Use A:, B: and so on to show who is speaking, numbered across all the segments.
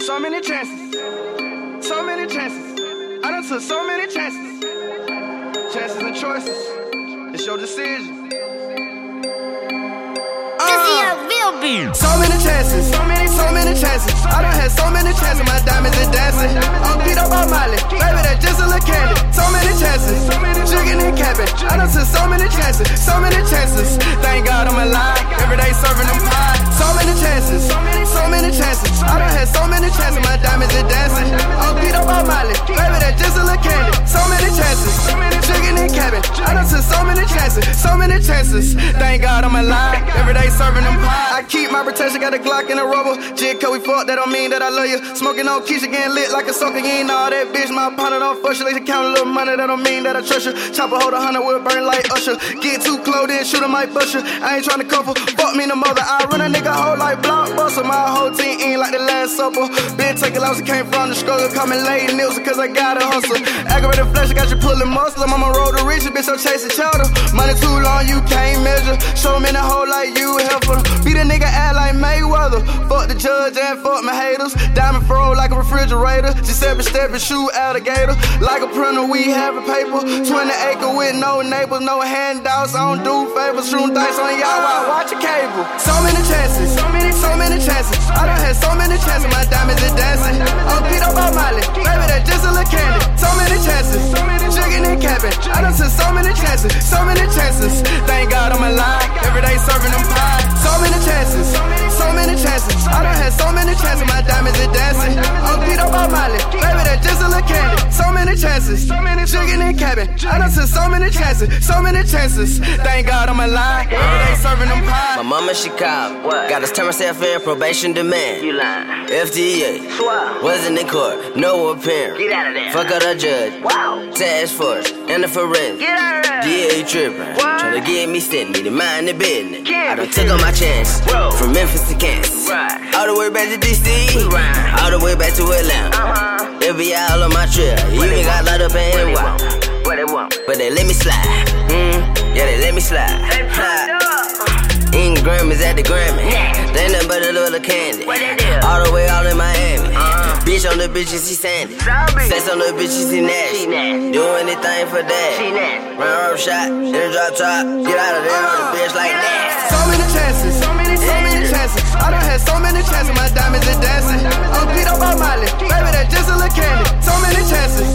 A: so many chances. So many chances. I done took so many chances. Chances and choices. It's your decision. So many chances, so many, so many chances. I done had so many chances, my diamonds are dancing. I'm beat up by Molly, baby, that's just a little candy. So many chances, chicken and cabbage. I done took so many chances, so many chances. Thank God I'm alive, every day serving them pie. So many chances, so many chances. I done had so many chances, my diamonds are dancing. I'm beat up by Molly, baby, that's just a little candy. So many chances, chicken and cabbage. I done took so many chances, so many chances. Thank God I'm alive, every day serving them pie. I keep my protection, got a Glock and a rubber. Jig, cause we fuck, that don't mean that I love you. Smoking on Keisha, getting lit like a soaker. You ain't all that bitch, my partner don't fuck you. Like to count a little money, that don't mean that I trust you. Chopper hold a hundred, will burn like Usher. Get too close, then shoot him like Busher. I ain't tryna couple, fuck me no mother. I run a nigga whole like Blockbuster. My whole team ain't like the last supper. Been taking losses, came from the struggle. Coming late, news, cause I gotta hustle. Aggravated flesh, I got you pulling muscle. I'm on road to riches, bitch, I'm chasing chowder. Money too long, you can't measure. Show me the whole like you helpful. Beat a nigga act like Mayweather. Fuck the judge and fuck my haters. Diamond fro like a refrigerator. Giuseppe stepping shoe alligator. Like a printer, we have a paper. 20 acre with no neighbors, no handouts. I don't do favors. Shroom dice on y'all while watch a cable. So many chances, so many, so many chances. I done had so many chances. My diamonds are dancing. I'm beat up by Molly. Baby, that's just a little candy. So many chances. Chicken and cabbage. I done took so many chances. So many chances. Thank God I'm alive. Every day serving them pie. So many chances. So many chances. I done had so many chances. My diamonds are dancing. Oh, I'm beat up by Molly. Baby, that's just a little candy. So many chances. Chicken and cabbage. I done took so many chances. So many chances. Thank God I'm alive. Every day serving them pie.
B: My mama, she cop.
C: What?
B: Got us turn myself in probation demand.
C: You lying.
B: FDA.
C: Swap.
B: Wasn't in court, no appearance.
C: Get out of there.
B: Fuck out a judge.
C: Wow.
B: Task force, and the forensic.
C: Get out of there.
B: DA trippin',
C: What?
B: tryna get me sitting, need to mind the business.
C: Can't
B: I done
C: be
B: took all my chance,
C: Bro.
B: from Memphis to Kansas,
C: Right.
B: all the way back to DC,
C: We ride.
B: all the way back to Atlanta.
C: Uh-huh.
B: They be all on my trail,
C: they
B: even got locked up
C: What
B: in NY,
C: they want. What they want.
B: but they let me slide. Mm, yeah, they let me slide. Ha.
C: They fucked up.
B: Eating Grammys at the Grammy.
C: Nah.
B: They nothing but a little candy.
C: What they do?
B: All the way out in Miami.
C: Uh.
B: Bitch on the bitch, she sandy.
C: Zombie.
B: Sex on the bitch, she nasty.
C: She nasty.
B: Do anything for that.
C: She nasty.
B: Run up shot, in a drop top. Get out of there on the bitch like
C: Uh-huh. Yeah.
B: that.
A: So many chances, so many, so many chances. I done had so many chances, my diamonds are dancing. I'm beat up by Molly, baby, that's just a little candy. So many chances,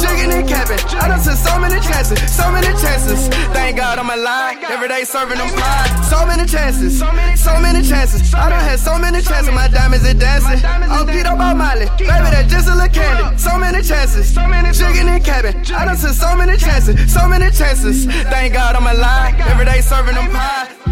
A: chicken and cabbage. I done took so many chances, so many chances. Thank God I'm alive, every day serving them pie. So many chances, so many chances. I done had so many chances, my diamonds are dancing. I'm beat up by Molly, baby, that's just a little candy. So many chances, chicken and cabbage. I done took so many chances, so many chances. Thank God I'm alive, every day serving them pie.